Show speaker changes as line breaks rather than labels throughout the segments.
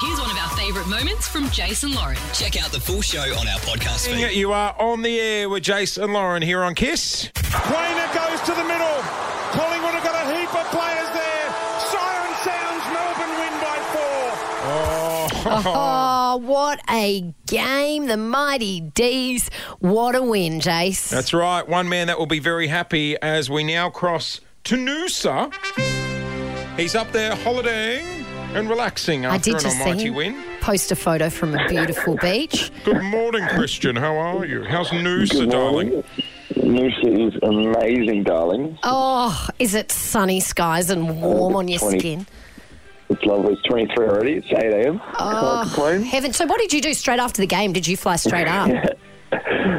Here's one of our favourite moments from Jason Lauren.
Check out the full show on our podcast feed.
You are on the air with Jason Lauren here on Kiss.
Weiner goes to the middle. Collingwood have got a heap of players there. Siren sounds. Melbourne win by four.
Oh, what a game. The Mighty D's. What a win, Jace.
That's right. One man that will be very happy as we now cross to Noosa. He's up there holidaying and relaxing
I
after
did
an
just see
almighty
him
win.
post a photo from a beautiful beach.
Good morning, Christian. How are you? How's Noosa, darling?
Noosa is amazing, darling.
Oh, is it sunny skies and warm on your
20.
skin?
It's lovely. It's 23 already. It's 8 a.m.
Oh.
Can't complain.
Heaven. So, what did you do straight after the game? Did you fly straight up?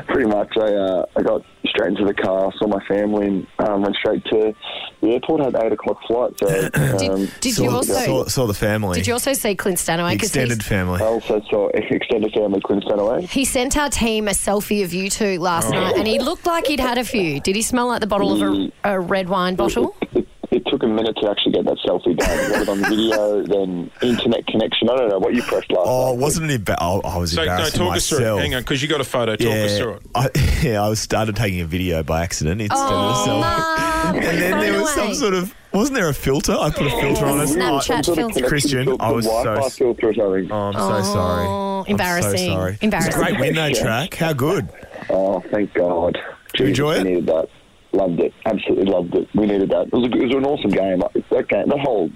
Pretty much, I uh, I got straight into the car, saw my family, and um, went straight to the airport. Had eight o'clock flight, so um,
Did, did
saw,
you also
saw, saw the family,
did you also see Clint Stanaway?
the
'Cause
extended
he's-
family.
I also saw extended family Quinton away.
He sent our team a selfie of you two
Oh.
last night, and he looked like he'd had a few. Did he smell like the bottle
Mm.
of a, a red wine bottle?
It, it took a minute to actually get that selfie done. Got it on video, then internet connection. I don't know what you pressed last.
Oh,
night.
wasn't it? Emba- oh, I was
So, no,
embarrassed
talk us
myself.
through it. Hang on, because you got a photo. Talk us through
yeah,
it.
I, yeah, I was started taking a video by accident instead
Oh,
of a selfie.
Mum, put
And
your
then there
phone
was some
away.
sort of wasn't there a filter? I put a filter on it.
Snapchat
Oh,
Some sort of
filter.
connection
Christian,
filter,
I was so
Wi-Fi
s-
filter or something.
Oh, I'm so sorry. I'm so
embarrassing.
sorry.
Embarrassing.
It was a great win though, track. How good?
Oh, thank God.
you enjoy it?
We needed that. Loved it. Absolutely loved it. We needed that. It was, a, it was an awesome game. Like, That game, that whole,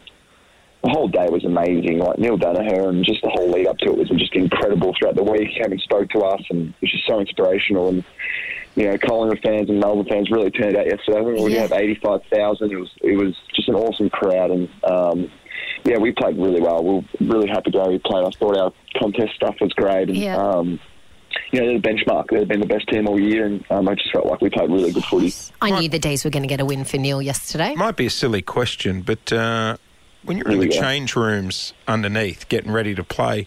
the whole day was amazing. Like Neil Danaher and just the whole lead up to it was just incredible throughout the week. Having spoke to us and it was just so inspirational. And you know, Collingwood fans and Melbourne fans really turned out yesterday. I think we already
Yeah.
had eighty five thousand. It was it was just an awesome crowd and. Um, yeah, we played really well. We were really happy to how we played. I thought our contest stuff was great. And,
Yeah.
um, you know, they're the benchmark. They've been the best team all year, and um, I just felt like we played really good footy.
I knew the D's were going to get a win for Neil yesterday.
Might be a silly question, but uh, when you're in
Here
the
we go.
change rooms underneath, getting ready to play,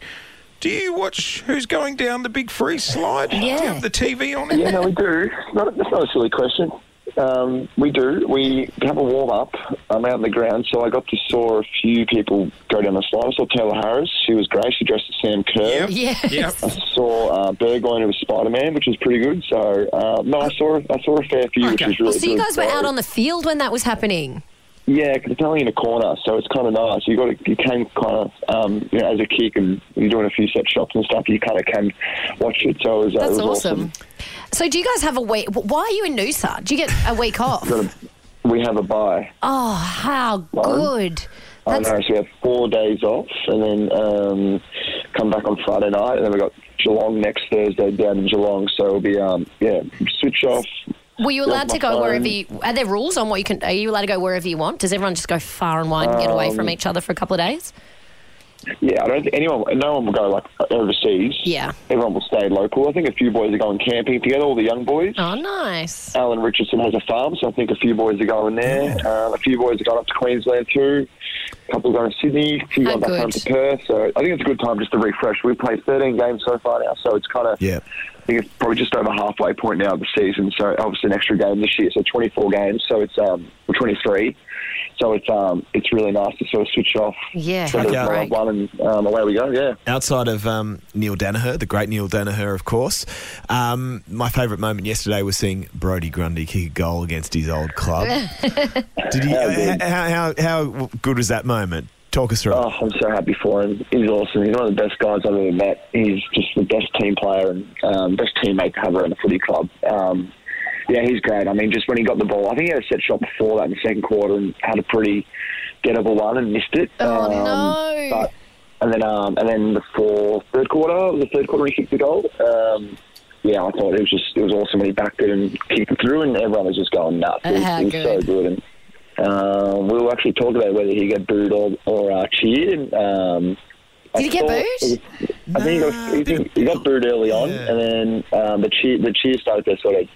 do you watch who's going down the big freeze slide? Do you
Yeah.
have the TV on?
yeah, no, we do. It's Not, that's not a silly question. Um, we do. We have a warm up. I'm out on the ground, so I got to saw a few people go down the slide. I saw Taylor Harris. She was great. She dressed as Sam Kerr.
Yep.
Yes.
Yep.
I saw uh, Burgoyne, who was Spider Man, which was pretty good. So uh, no, I saw I saw a fair few, which
Okay.
was really
So you
good.
guys were out on the field when that was happening.
Yeah, 'cause it's only in a corner, so it's kind of nice. You got to, you can kind of um, you know as a kick and you're doing a few set shots and stuff. You kind of can watch it. So it was, uh, it
That's
was
awesome. So do you guys have a week? Why are you in Noosa? Do you get a week off?
Got a- we have a bye.
Oh, how good!
I
That's
know, so we have four days off, and then um, come back on Friday night, and then we got Geelong next Thursday down in Geelong. So it'll be um, yeah, switch off.
Were you
Yeah,
allowed to
my
go
phone.
wherever you? Are there rules on what you can? Are you allowed to go wherever you want? Does everyone just go far and wide and get away from
Um,
each other for a couple of days?
Yeah, I don't think anyone, no one will go like overseas.
Yeah.
everyone will stay local. I think a few boys are going camping together, all the young boys.
Oh, nice.
Alan Richardson has a farm, so I think a few boys are going there. Um, a few boys are going up to Queensland too. A couple are going to Sydney. A few
Oh,
going back home
good.
to Perth. So I think it's a good time just to refresh. We've played 13 games so far now, so it's kind of
Yeah.
I think it's probably just over halfway point now of the season. So obviously an extra game this year, so 24 games. So it's um or 23. So it's um it's really nice to sort of switch off.
Yeah,
So
have
a
there's
break.
one and um, away we go. Yeah.
Outside of um, Neil Danaher, the great Neil Danaher, of course, um, my favourite moment yesterday was seeing Brody Grundy kick a goal against his old club. Did you?
Yeah,
How, how, how good was that moment? Talk us through. it.
Oh, I'm so happy for him. He's awesome. He's one of the best guys I've ever met. He's just the best team player and um, best teammate to have around the footy club. Um, yeah, he's great. I mean, just when he got the ball, I think he had a set shot before that in the second quarter and had a pretty gettable one and missed it.
Oh,
um,
no.
But, and then, um, and then the fourth, third quarter, the third quarter he kicked the goal. Um, yeah, I thought it was just it was awesome when he backed it and kicked it through, and everyone was just going nuts. It was,
Ah,
it was so
good.
good. And, um, we were actually talking about whether he got booed or, or uh, cheered. And, um,
Did
I
he get
thought-
booed?
I think he got, he, think he got booed early on,
Yeah.
and then um, the cheer the cheer started to sort of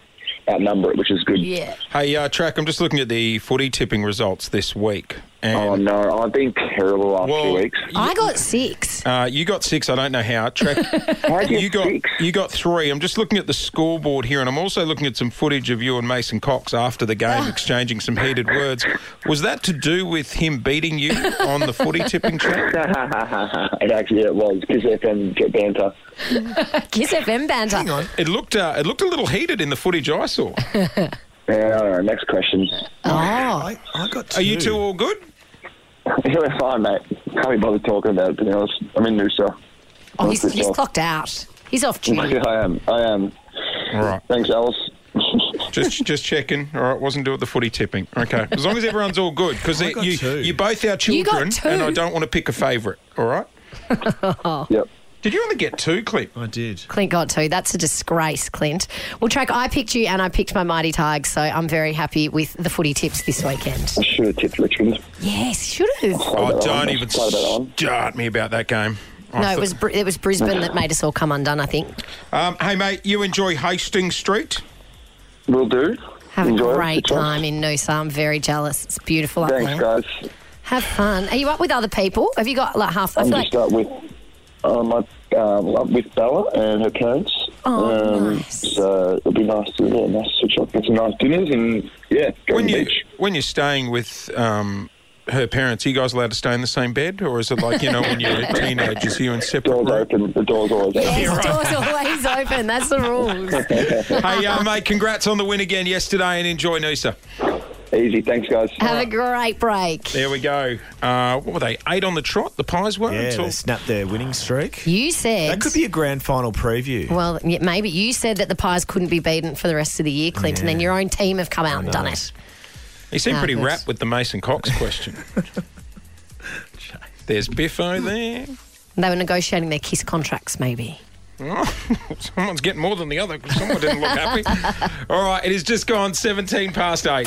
outnumber it, which is good.
Yeah.
Hey, uh, track. I'm just looking at the footy tipping results this week,
Oh
and
no, I've been terrible last
Well,
two weeks.
I got six.
uh, you got six. I don't know how. Trek,
How'd you
you got
fix?
you got three. I'm just looking at the scoreboard here, and I'm also looking at some footage of you and Mason Cox after the game exchanging some heated words. Was that to do with him beating you on the footy tipping track?
it actually it was because FM get banter.
Kiss FM banter.
Hang on.
It looked uh, it looked a little heated in the footage I saw.
Yeah, I don't know. Next question.
Oh.
I, I got two.
Are you two all good?
Yeah, we're fine, mate. Can't be bothered talking about it. To be honest, I'm in Noosa.
Oh, he's, he's
Myself.
clocked out. He's off duty.
I am. I am.
All right.
Thanks, Alice.
Just just checking. All right, wasn't doing the footy tipping. Okay, as long as everyone's all good, because
I got
you
two.
you both our
You
children,
got two?
and I don't want to pick a favourite. All right.
Oh.
yep.
Did you only get two, Clip?
I did.
Clint got two. That's a disgrace, Clint. Well, Track, I picked you and I picked my Mighty Tigers, so I'm very happy with the footy tips this weekend.
I should have tipped Richmond.
Yes, should have.
Play
Oh,
that
don't
on.
even
Play that on.
start me about that game. I
No, it
thought-
was Br- it was Brisbane that made us all come undone. I think.
Um, hey, mate, you enjoy Hastings Street?
Will do.
Have
Enjoy
a
it.
great
Good job.
time in Noosa. I'm very jealous. It's beautiful up
Thanks,
there.
guys.
Have fun. Are you up with other people? Have you got like half? I
I'm
feel
just
like
up with um, I, um, up with Bella and her parents.
Oh,
um,
nice.
So it'll be nice to yeah, nice to switch up, get some nice dinners, and yeah, go
When
to the
you
beach.
when you're staying with um, her parents, are you guys allowed to stay in the same bed, or is it like you know when you're teenagers, you in separate
Doors
rooms?
open. The doors always open.
yes, doors always open. That's the rules.
Hey, uh, mate, congrats on the win again yesterday, and enjoy Noosa.
Easy. Thanks, guys.
Have a great break.
There we go. Uh, what were they? Eight on the trot. The pies were.
Yeah,
until-
they snapped their winning streak.
You said
That could be a grand final preview.
Well, y- maybe you said that the Pies couldn't be beaten for the rest of the year, Clint, and then your own team have come out and done it.
He seemed
No,
pretty
that's-
rapt with the Mason Cox question. There's Biffo there.
They were negotiating their kiss contracts, maybe.
Someone's getting more than the other. 'cause Someone didn't look happy. All right, it has just gone 17 past eight.